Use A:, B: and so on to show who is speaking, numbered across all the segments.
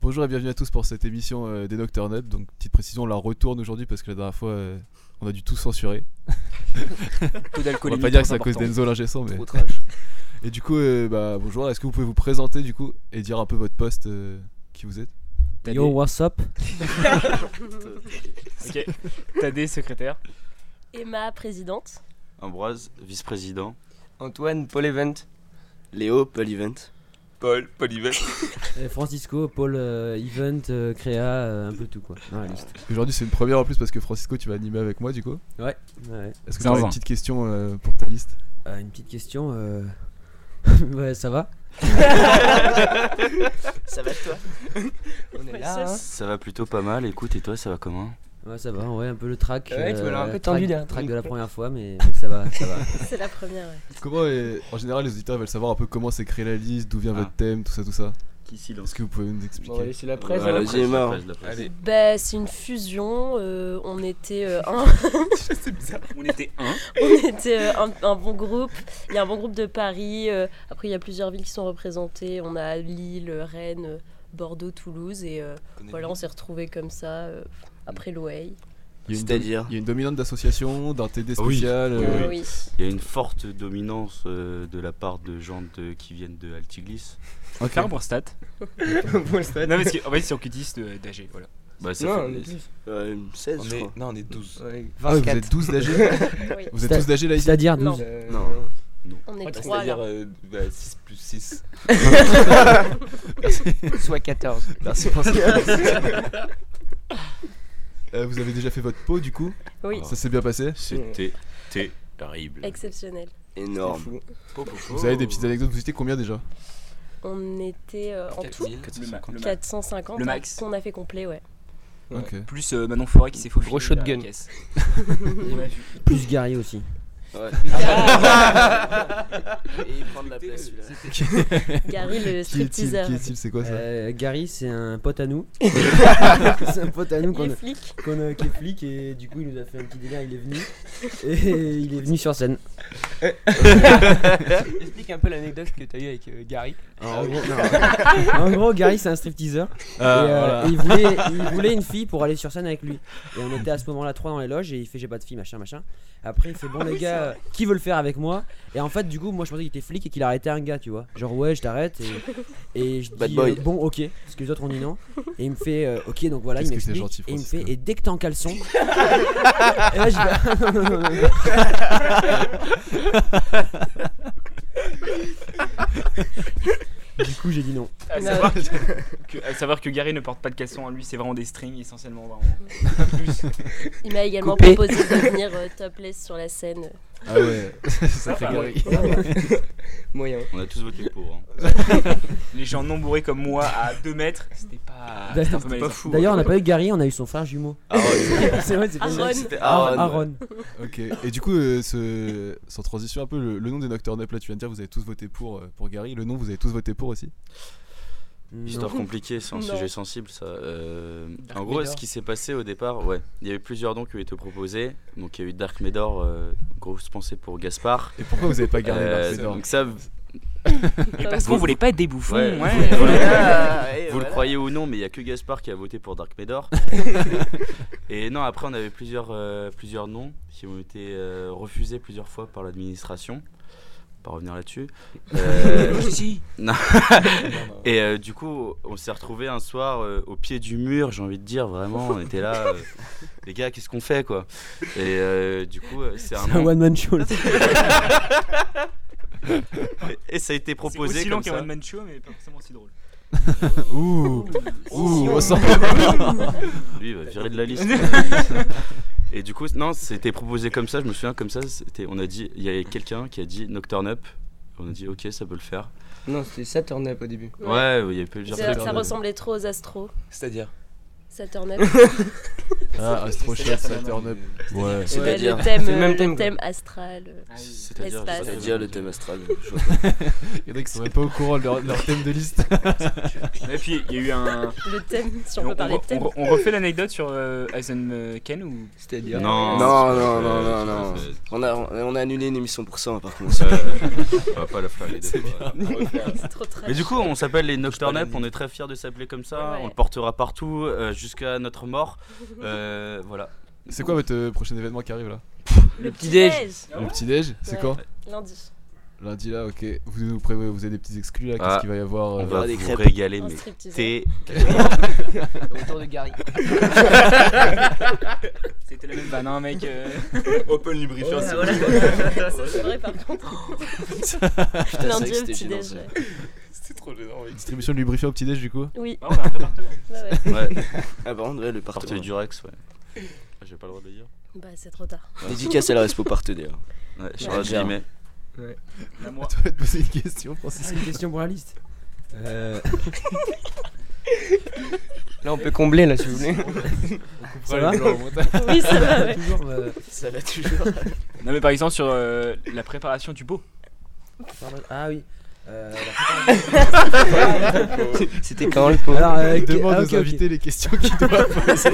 A: Bonjour et bienvenue à tous pour cette émission euh, des Docteur Nub. Donc, petite précision, on la retourne aujourd'hui parce que la dernière fois, euh, on a dû tout censurer.
B: Taux
A: On
B: d'alcoolémie
A: va pas dire
B: trop
A: que c'est à cause
B: important.
A: d'Enzo l'ingessant, mais.
B: Trop trash.
A: Et du coup, euh, bah, bonjour, est-ce que vous pouvez vous présenter du coup et dire un peu votre poste, euh, qui vous êtes
B: T'as
C: Yo,
B: des-
C: what's up
B: Ok. T'as des secrétaires.
D: Emma, présidente.
E: Ambroise, vice-président.
F: Antoine Polyvent.
E: Léo, Polyvent.
F: Paul Polyvent.
C: Euh, Francisco, Paul, euh, Event, euh, Créa, euh, un peu tout quoi. Dans la liste.
A: Aujourd'hui, c'est une première en plus parce que Francisco, tu vas animer avec moi du coup.
C: Ouais. ouais.
A: Est-ce que tu
G: Zinzin.
A: as une petite question euh, pour ta liste
C: Euh, une petite question. euh, ouais, ça va
F: Ça va toi On est là. hein.
E: Ça va plutôt pas mal, écoute, et toi, ça va comment
C: Ouais, ça va. Ouais, un peu le track. euh,
F: Ouais, tu me l'as un peu
C: track-
F: tendu, là.
C: Track de la première fois, mais, mais ça va, ça va.
D: C'est la première. ouais.
A: Comment, est- en général, les auditeurs veulent savoir un peu comment s'est créée la liste, d'où vient
E: Ah.
A: votre thème, tout ça, tout ça.
E: Qui silence
A: Est-ce que vous pouvez nous
F: Bon, on va
A: expliquer
F: laisser la presse.
E: Voilà,
F: hein.
E: vas-y,
F: Presse.
E: Emma.
F: Allez.
D: Bah, c'est une fusion. euh, on était euh, un,
B: On était un.
D: on était euh, un, un bon groupe. Il y a un bon groupe de Paris. euh, après, il y a plusieurs villes qui sont représentées. On a Lille, Rennes, euh, Bordeaux, Toulouse. Et euh, voilà, on s'est retrouvés comme ça euh, après l'OEI.
A: Il y a une domi-
E: C'est-à-dire
A: il y a une dominante d'association, d'un TD
E: Ah Oui.
A: spécial.
E: Oui,
A: euh,
D: Euh,
E: oui.
D: oui.
E: Il y a une forte dominance euh, de la part de gens de- qui viennent de Altiglis.
A: ok.
B: Faire pour stat.
F: Paul Stade.
B: Non, mais c'est- en fait, c'est en Q10 de- d'AG. Voilà.
E: Bah, ça
F: Non,
E: fait-
F: on est plus.
E: Euh, 16,
G: On
E: je crois.
G: est... Non, on est 12.
F: Ouais,
A: Ah ouais, vous
F: 24.
A: êtes tous d'âge
D: Oui.
A: Vous êtes tous d'âge là ici
C: C'est-à-dire
D: Non.
C: 12.
F: Euh,
E: Non.
F: non.
D: On est trois.
G: C'est-à-dire
D: là.
G: euh, bah, 6 plus 6.
F: Soit 14.
A: Merci Francis. Euh, vous avez déjà fait votre peau du coup
D: Oui,
A: Ça s'est bien passé
E: C'était terrible.
D: exceptionnel.
F: C'est
E: Énorme.
F: fou.
A: Vous avez des petites anecdotes Vous étiez combien déjà
D: On était euh, en tout
B: Le ma- le ma-
D: 450.
B: Le
D: hein,
B: max.
D: Qu'on a fait complet, ouais.
F: Ouais.
A: Ok.
B: Plus euh, Manon Forêt qui s'est faufilé.
F: Gros
B: derrière
F: shotgun.
B: la caisse.
C: Plus Gary aussi.
E: Et prendre la place, celui-là.
D: Gary, le
A: Qui est-il
D: stripteaser.
A: Qui est-il C'est quoi ça
C: Euh, Gary, c'est un pote à nous. c'est un pote à nous
D: Il
C: qu'on
D: est
C: a-
D: flic.
C: qu'on a- qui est flic et du coup il nous a fait un petit délire, il est venu. Et il est venu sur scène.
F: Explique un peu l'anecdote que t'as eu avec euh, Gary.
C: En gros, non. En gros, Gary, c'est un stripteaseur.
A: Ah,
C: et, euh,
A: voilà.
C: et il, voulait, il voulait une fille pour aller sur scène avec lui. Et on était à ce moment-là trois dans les loges et il fait j'ai pas de fille, machin, machin. Après, il fait bon, les gars, euh, qui veut le faire avec moi Et en fait, du coup, moi je pensais qu'il était flic et qu'il arrêtait un gars, tu vois. Genre, ouais, je t'arrête. Et, et je
E: Bad
C: dis
E: boy.
C: euh, bon, ok, parce que les autres ont dit non. Et il me fait euh, ok, donc voilà,
A: Qu'est-ce
C: il
A: que t'es
C: m'explique.
A: gentil,
C: Et il me fait
A: Francisco.
C: et dès que t'es en caleçon. et là, je vais. non, non, non, non. Du coup, j'ai dit non.
B: À
D: Non.
B: savoir, que, à savoir que Gary ne porte pas de caleçon en lui, c'est vraiment des strings essentiellement. Vraiment.
D: Il m'a également
F: Coupé.
D: proposé de venir euh, topless sur la scène.
A: Ah ouais. ça fait
B: Ah,
A: Gary.
F: Moyen.
E: On a tous voté pour. hein.
B: Les gens non bourrés comme moi à 2 mètres, c'était pas, c'était un peu
C: C'était
B: malaisant. fou.
C: D'ailleurs, on n'a pas eu Gary, on a eu son frère jumeau.
E: Ah, ouais.
C: c'est vrai, c'est pas
D: Aaron.
C: mal.
E: C'était
C: Ah, Aaron.
E: Aaron.
A: Ok. Et du coup, euh, ce... sans transition un peu, le, le nom des Nocturne Up, là tu viens de dire, vous avez tous voté pour, euh, pour Gary. Le nom, vous avez tous voté pour aussi
E: Histoire compliquée, c'est un
D: Non.
E: sujet sensible ça. Euh,
B: Dark
E: en gros,
B: Vador.
E: ce qui s'est passé au départ, ouais, il y avait plusieurs dons qui ont été proposés. Donc il y a eu Dark Médor, euh, grosse pensée pour Gaspard.
A: Et pourquoi vous avez pas gardé
E: Euh,
A: Dark Vador
E: donc ça, vous,
B: Et hein. parce qu'on voulait pas être des bouffons.
E: Ouais.
B: Ouais. euh,
E: Vous le-
F: Vous
E: vous le croyez ou non, mais il y a que Gaspard qui a voté pour Dark Médor. Et non, après on avait plusieurs, euh, plusieurs noms qui ont été euh, refusés plusieurs fois par l'administration. On va Pas revenir là-dessus. Euh,
B: Si, si.
E: Et euh, du coup, on s'est retrouvé un soir euh, au pied du mur, j'ai envie de dire, vraiment, on était là, euh, les gars, qu'est-ce qu'on fait quoi Et euh, du coup, euh, c'est un
C: C'est un
E: nom-
C: one man show. le truc.
E: Et ça a été
B: C'est
E: proposé
B: aussi long
E: comme
B: qu'un
E: ça.
B: one man show, mais pas forcément aussi drôle.
A: Ouh Ouh On sent
E: Lui, il va virer de la liste. Et du coup, non, c'était proposé comme ça, je me souviens comme ça, c'était, on a dit, il y avait quelqu'un qui a dit Nocturne Up. On a dit ok ça peut le faire.
F: Non, c'était Saturn Up au début.
D: Ouais.
E: Ouais, il y avait plusieurs
D: Ça,
E: trucs.
D: ça ressemblait trop aux astros.
G: C'est-à-dire
D: Saturn Up.
A: Ah, Astrochef,
G: C'est-à-dire,
A: Saturn Up. Ouais.
D: Ouais,
E: C'est-à-dire-
D: le thème,
F: C'est
D: euh,
F: le même
D: le
F: thème, quoi.
D: thème astral. euh.
F: Ah
E: C'est-à-dire,
D: L'espace.
E: c'est-à-dire le thème astral. je vois
A: Il y en a qui sont même pas au courant de leur, leur thème de liste.
B: Et puis, il y a eu un.
D: Le thème, si on
B: On,
D: peut parler de thème.
B: on- on refait l'anecdote sur euh, Eisenken ou.
E: pas.
F: C'est-à-dire.
E: Non,
G: Non,
E: c'est-
G: non, non,
E: euh,
G: non, non.
E: c'est-
G: On a, on a annulé une émission pour ça, hein, par contre.
E: Euh, on va pas la faire les deux fois.
D: C'est trop trash.
E: Mais du coup, on s'appelle les Nocturne Up, on est très fiers de s'appeler comme ça,
D: Ouais.
E: on le portera partout euh, jusqu'à notre mort. Euh, voilà.
A: C'est quoi votre euh, prochain événement qui arrive là
D: le
F: petit déj.
D: petit-déj,
A: Le petit déj C'est
D: Ouais.
A: quand
D: lundi.
A: Lundi là, ok. Vous nous prévoyez, vous avez des petits exclus là, qu'est-ce
E: Ah.
A: qu'il va y avoir
E: On
A: euh,
E: va
G: des
E: vous
G: crêpes.
E: régaler,
D: Un
E: mais
D: striptease.
E: t'es
F: Autour de Gary.
B: C'était la même bah non mec. euh,
G: Open lubrifiant,
D: Ça, Ah, c'est vrai, par contre.
F: Oh.
D: Lundi, au petit-déj. ouais.
G: C'est trop gênant, mec.
A: Distribution de lubrifiant au petit déj du coup
D: Oui,
B: bah, on a un vrai partenaire.
D: ouais, ouais.
E: Ouais,
G: Ah, par contre, ouais, le
E: partout
G: partenaire.
E: du Rex, ouais. Ah, J'ai pas le droit de le dire.
D: Bah, c'est trop tard.
G: Dédicace à la Respo partenaire.
E: Ouais, Charles
G: Gère.
E: Guillemet.
B: On a moi.
A: Tu vas te poser une question, Francis.
C: C'est une question pour la liste. Euh,
F: Là, on peut combler, là, si vous voulez.
C: ça va
D: Oui, ça va, ouais.
C: Toujours, euh,
G: Ça va toujours.
B: Non mais par exemple sur euh, la préparation du pot.
C: pardon. Ah oui. Euh,
F: C'était quand le pot
C: alors, euh,
A: Elle
C: que-
A: demande
C: ah, ok,
A: aux
C: ok.
A: invités les questions qu'ils doivent poser.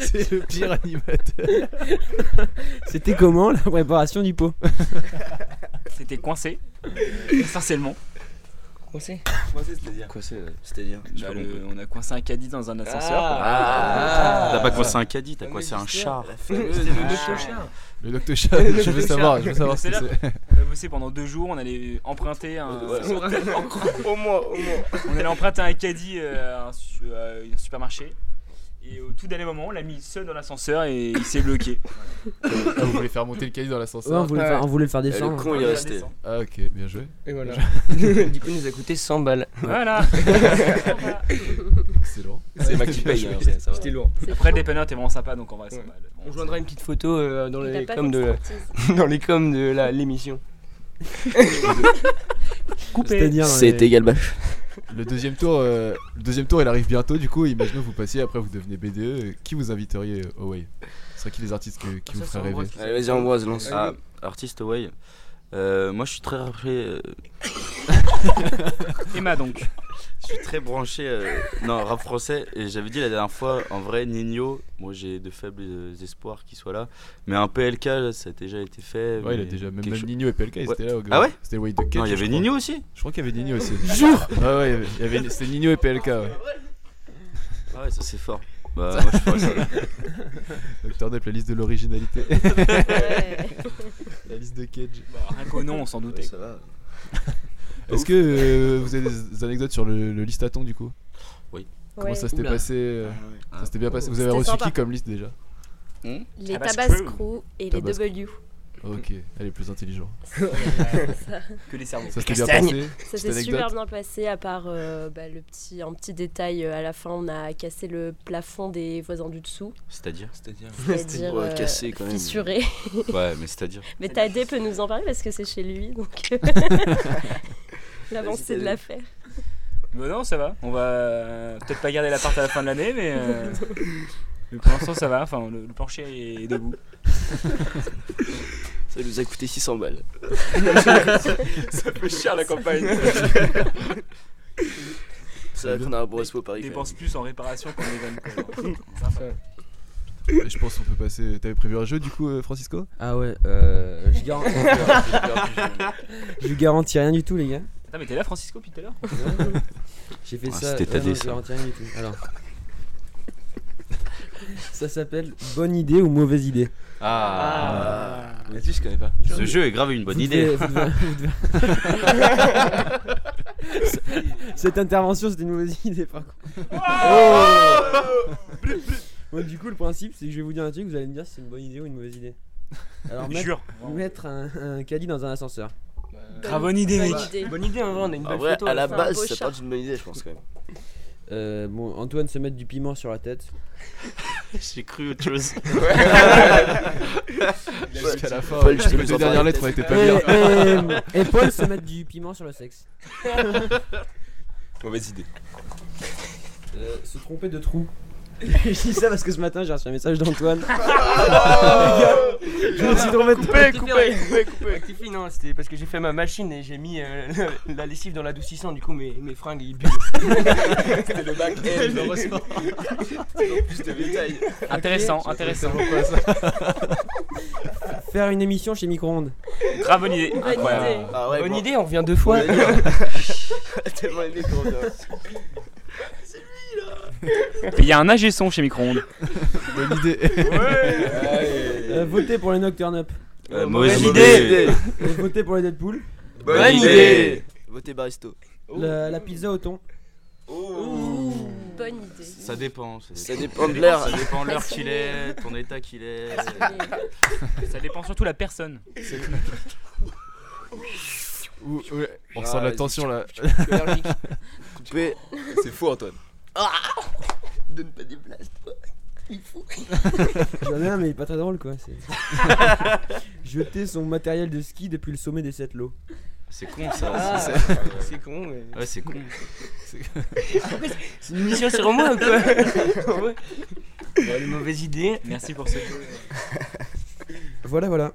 A: C'est le pire animateur.
C: C'était comment la préparation du pot
B: C'était coincé. euh, Essentiellement.
F: On sait.
G: Quoi, c'est
E: C'est-à-dire
B: Bah, le- on a coincé un caddie dans un ascenseur. quoi.
E: Ah,
F: Ah.
E: T'as pas coincé un caddie, t'as coincé un char.
A: Le docteur Chat, je veux savoir, je veux savoir ce que
B: C'est là.
A: c'est.
B: On a bossé pendant deux jours, on allait emprunter
G: Ah.
B: un.
F: Au moins, au moins.
B: On allait emprunter un caddie euh, à un, su- à un supermarché. Et au tout dernier moment, on l'a mis seul dans l'ascenseur et il s'est bloqué.
A: Ah, vous voulez faire monter le caddie dans
C: Ouais, on
A: l'ascenseur
C: voulait le
F: ouais.
C: faire, on voulait le faire
F: Euh,
G: Le
C: descendre.
G: con, il est resté.
A: Ah, ok, bien joué.
F: Et voilà. du coup, il nous a coûté 100 balles.
B: Voilà.
A: Excellent.
G: C'est moi qui paye. hein, ça va.
F: lourd.
B: Après, le dépanneur était vraiment sympa donc on va.
F: Ouais. On joindra une petite photo euh, dans,
D: Il a
F: les
D: pas
F: coms
D: fait
F: de,
D: striptease.
F: dans les coms de la- l'émission.
C: C'est-à-dire, dans les-
G: C'est égal bâche.
A: Le deuxième tour, euh, le deuxième tour, il arrive bientôt. Du coup, imaginons vous passiez, après vous devenez BDE. euh, Qui vous inviteriez euh, au Way Ce serait qui les artistes que- qui vous feraient rêver
G: Allez, vas-y, Ambroise, lance.
E: Ah, artiste away. Euh, moi, je suis très branché. euh,
B: Emma donc.
E: je suis très branché. euh, non, rap français. Et j'avais dit la dernière fois, en vrai, Nino. Moi, j'ai de faibles euh, espoirs qu'il soit là. Mais un PLK, là, ça a déjà été fait.
A: Ouais, il a
E: mais
A: déjà même,
E: quelque
A: même
E: chose-
A: Nino et PLK, ils
E: Ouais.
A: étaient là. Au
E: Ah ouais
A: C'était le Way de Cage.
E: Non, il y
A: je
E: avait
A: crois.
E: Nino aussi.
A: Je crois qu'il y avait Nino aussi. Jure Ah ouais, il y avait- il y avait, c'était Nino et PLK. Ouais.
E: Ah ouais, ça c'est fort. Bah, moi, je ferais ça.
A: Docteur Depp, la liste de l'originalité.
D: Ouais.
A: la liste de Cage.
E: Bah,
B: Rien qu'au nom, on s'en doutait.
G: Ça va.
A: Est-ce que euh, vous avez des anecdotes sur le, le listaton du coup Comment
D: Ouais.
A: ça s'était
F: Oula.
A: passé euh,
E: Ah
A: Ça s'était bien passé. Vous avez
D: C'était
A: reçu
D: sympa.
A: qui comme liste déjà
D: Les
B: Tabasco.
D: Tabasco et les
A: Tabasco.
D: W.
A: Ok, elle est plus intelligente.
B: Que les cerveaux.
A: Ça s'était bien
F: Castagne.
A: passé
D: Ça
A: Petite
D: s'est
A: anecdote.
D: super bien passé, à part euh, bah, le petit, un petit détail. euh, À la fin, on a cassé le plafond des voisins du dessous.
E: C'est-à-dire
G: C'est-à-dire.
D: C'est-à-dire
G: Ouais,
D: euh,
G: cassé, quand même.
D: fissuré.
E: Ouais, mais c'est-à-dire.
D: Mais Tadé peut nous en parler parce que c'est chez lui. donc euh, L'avancée
G: Vas-y,
D: de
G: Tadé.
D: l'affaire.
B: Bah non, ça va. On va euh, peut-être pas garder l'appart à la fin de l'année, mais. euh, mais pour l'instant, ça va. Enfin, le, le plancher est debout.
G: Ça nous a coûté 600 balles.
B: Ça fait cher la campagne.
G: Ça va qu'on a un bon Respo Paris. quand
B: Dépense plus en réparation qu'en événement.
A: Et Je pense qu'on peut passer. T'avais prévu un jeu du coup, euh, Francisco
C: Ah ouais, euh, je, gar- je vous garantis rien du tout, les gars.
B: Attends, mais t'es là, Francisco, depuis tout à l'heure
C: J'ai fait
E: Ah,
C: ça.
E: c'était
C: ouais, non,
E: Tadé,
C: je
E: ça.
C: garantis rien du tout. Alors. Ça s'appelle bonne idée ou mauvaise idée.
E: Ah,
G: même. Là-dessus, je connais pas.
E: Ce jeu est grave une bonne
C: Vous devez-
E: idée.
C: vous devez- vous devez- Cette intervention, c'était une mauvaise idée par contre. Bon, du coup, le principe, c'est que je vais vous dire un truc, vous allez me dire si c'est une bonne idée ou une mauvaise idée. Alors, mettre,
B: Jure.
C: mettre un, un caddie dans un ascenseur.
B: Grave bonne idée,
D: Bonne
B: mec.
D: idée.
F: Bonne idée, en vrai, on a une
G: En
F: belle
G: vrai,
F: photo.
G: à la
D: c'est un
G: base,
D: beau
G: ça
D: chat.
G: part d'une bonne idée, je pense quand même.
C: Euh, bon, Antoine se mettre du piment sur la tête.
E: J'ai cru autre chose.
A: Jusqu'à la fin.
G: Paul, je peux
A: les deux
G: vous en
A: dernières
G: parler,
A: lettres, on était pas
C: Et,
A: bien.
C: et- et Paul se mettre du piment sur le sexe.
G: Mauvaise idée.
C: euh, se tromper de trou. je dis ça parce que ce matin j'ai reçu un message d'Antoine. je me suis trompé de trou.
F: Coupé, coupé, coupé, coupé. Non, hein, c'était parce que j'ai fait ma machine et j'ai mis euh, la lessive dans l'adoucissant. Du coup, mes, mes fringues ils buent.
G: C'était le bac M, heureusement. plus de détails.
B: Intéressant, intéressant.
C: Faire une émission chez Micro-ondes.
B: Grave bonne idée.
D: Bonne
B: Incroyable.
D: idée.
G: Ah ouais,
F: Bonne
G: bon.
F: idée, on revient deux fois.
G: Tellement aimé qu'on revient.
B: Et Il y a un AG son chez Micro-ondes.
A: Bonne idée.
G: Allez.
C: Euh, voter pour les Nocturne Up.
E: Euh, mauvaise
F: bonne
E: idée.
C: Et voter pour les Deadpool.
G: Bonne,
F: Bonne
G: idée.
F: idée.
G: Votez Baristo.
A: Oh.
C: La, la pizza au thon.
D: Bonne idée.
E: Ça dépend. Ça
G: Ça dépend de l'heure.
E: Ça dépend de l'heure qu'il est, ton état qu'il est.
B: Ça dépend surtout la personne.
A: Ouh, ouais. On ressent de la
G: Ah,
A: tension là.
G: Coupé. C'est fou, Antoine. Donne pas des places.
C: J'en ai un, mais il est pas très drôle quoi. c'est- Jeter son matériel de ski depuis le sommet des 7 lots.
E: C'est con ça.
F: Ah.
E: c'est- c'est-
F: C'est con, mais.
E: Ouais, c'est con.
F: C'est une émission sur moi ou quoi Ouais. Bon, Les mauvaises idées.
B: Merci pour ce.
C: Voilà, voilà.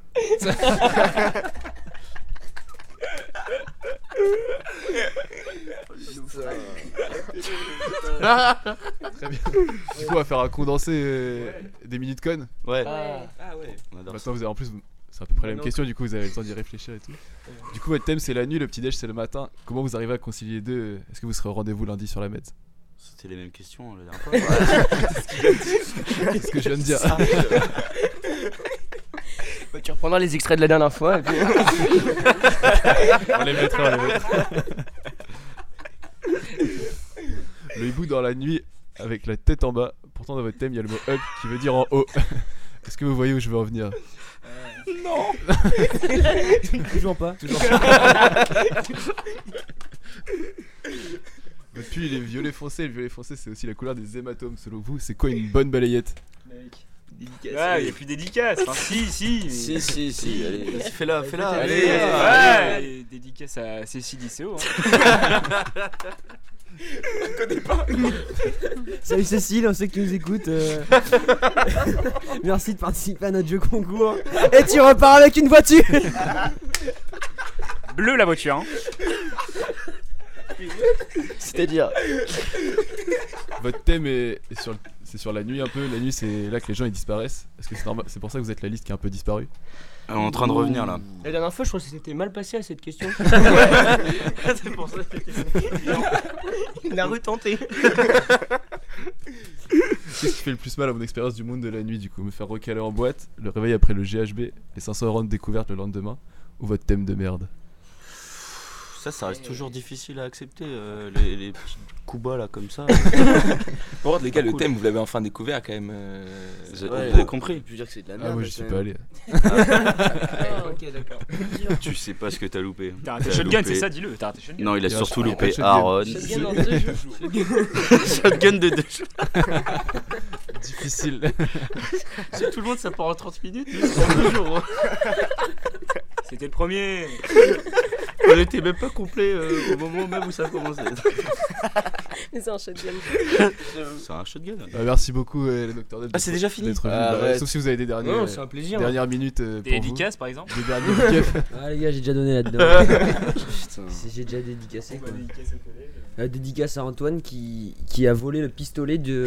A: Du coup, on va faire un condensé euh, des minutes connes.
E: Ouais,
D: Ouais.
E: on adore ça.
A: Maintenant, vous avez en plus, vous- c'est à peu près la même
F: Non.
A: question, du coup, vous avez le temps d'y réfléchir et tout. Du coup, votre thème c'est la nuit, le petit-déj c'est le matin. Comment vous arrivez à concilier les deux Est-ce que vous serez au rendez-vous lundi sur la Med
E: C'était les mêmes questions la dernière fois.
A: C'est ce que je viens de dire.
F: Bah, tu reprendras les extraits de la dernière fois. et puis-
A: on les mettra, on les mettra. Le hibou dans la nuit avec la tête en bas. Pourtant, dans votre thème, il y a le mot up qui veut dire en haut. Est-ce que vous voyez où je veux en venir
C: Toujours pas.
A: Votre pull il est violet foncé. Le violet foncé, c'est aussi la couleur des hématomes. Selon vous, c'est quoi une bonne balayette
B: Ouais, il est plus dédicace. Enfin, si, si.
G: Si, si, si, allez.
E: Vas-y, Fais-la, fais-la. Euh,
G: Allez.
E: fais-la.
B: Ouais, et dédicace à Cécile Diceo. hein.
C: Salut Cécile, on sait que tu nous écoutes. euh. Merci de participer à notre jeu concours. Et tu repars avec une voiture
B: Bleu la voiture. hein.
G: C'est-à-dire.
A: Votre thème est, est sur, c'est sur la nuit un peu. La nuit, c'est là que les gens ils disparaissent. Est-ce que c'est normal C'est pour ça que vous êtes la liste qui est un peu disparue
E: On est en train de revenir là.
F: La dernière fois, je crois que c'était mal passé à cette question. c'est pour ça Il a retenté.
A: Qu'est-ce qui fait le plus mal à mon expérience du monde de la nuit du coup Me faire recaler en boîte, le réveil après le GHB, les 500 euros de découverte le lendemain ou votre thème de merde
G: Ah,
E: Ça, ça reste toujours difficile à accepter. euh, les, les petits coups bas là comme ça.
H: Par contre, les gars, le
E: Cool.
H: thème, vous l'avez enfin découvert quand même. euh,
E: Vous avez-
G: Ouais.
E: vous avez compris.
G: Je veux dire que c'est de la merde.
A: Ah, moi j'y suis
G: quand
A: pas
G: même.
A: allé.
F: Ah,
D: Oh.
F: ok, d'accord.
E: Tu sais pas ce que t'as loupé.
B: T'as raté
E: T'as
B: Shotgun,
E: loupé.
B: c'est ça, dis-le. T'as raté Shotgun.
E: Non, il a
A: Il y a
E: surtout
A: un- il y a
E: loupé
A: pas de
E: Aaron.
D: Bien dans deux jours.
E: Shotgun de deux jours.
A: Difficile.
F: Tout le monde, ça part en 30 minutes.
B: C'était le premier.
E: On était même pas complet euh, au moment même où ça a commencé.
D: Mais c'est un shotgun.
E: C'est un shotgun.
A: Bah, merci beaucoup euh, les docteurs
H: Ah, c'est déjà fini
G: Ah, ouais.
A: Bah, Sauf si vous avez des derniers,
F: Non,
A: euh,
F: c'est un plaisir.
A: dernières minutes euh,
B: Des
A: pour vous.
B: dédicaces, par exemple.
A: Des derniers big up.
C: Ah les gars, j'ai déjà donné là-dedans.
G: Putain.
C: C'est- j'ai déjà dédicacé quoi.
B: Dédicace au collègue.
C: Euh, dédicace à Antoine qui, qui a volé le pistolet de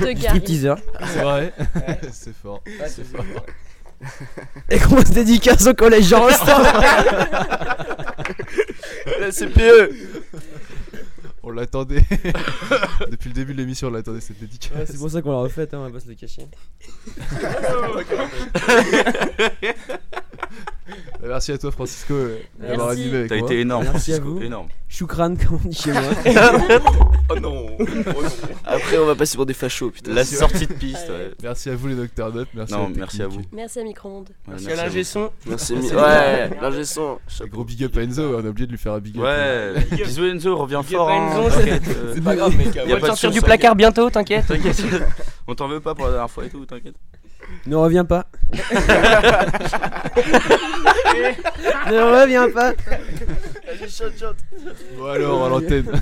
D: De
C: du
D: Gary.
C: stripteaser.
A: C'est vrai C'est fort.
F: c'est fort.
C: Et qu'on se dédicace au collège Jean Rostand.
G: La CPE
A: On l'attendait. Depuis le début de l'émission, on l'attendait cette dédicace.
C: C'est pour ça qu'on l'a refait, hein, on va pas se le cacher.
A: Bah, merci à toi Francisco euh, d'avoir
D: Merci.
A: animé avec
E: T'as
A: moi.
E: été énorme.
C: Merci à
E: Francisco,
C: vous.
E: Énorme.
C: Choukran, comme on dit chez moi.
H: Oh non
G: Après, on va passer pour des fachos, putain.
E: La sortie de piste.
D: Ouais.
E: ouais.
A: Merci à vous les docteurs Up. Merci à
E: Non,
A: la
E: merci à vous.
A: technique.
E: Ouais,
D: Merci à Micro-ondes.
F: Merci
E: merci
F: à
E: à
F: l'ingé son.
G: Merci, mi- Ouais, l'ingé son.
A: Un gros big up à Enzo, on a oublié de lui faire un big
E: vous.
A: up.
E: Ouais. Bisous Enzo, reviens
F: Big up
E: fort.
F: à
E: hein,
F: Enzo, c'est-
E: t'inquiète, euh,
G: C'est pas grave, mec.
E: Y a
F: On va
E: pas
F: le
E: de
F: sortir
E: son,
F: du
E: ça.
F: placard bientôt, t'inquiète.
E: T'inquiète. On t'en veut pas pour la dernière fois et tout, t'inquiète.
C: Ne reviens pas. ne reviens pas.
G: Allez, chante, chante.
A: Bon alors à l'antenne.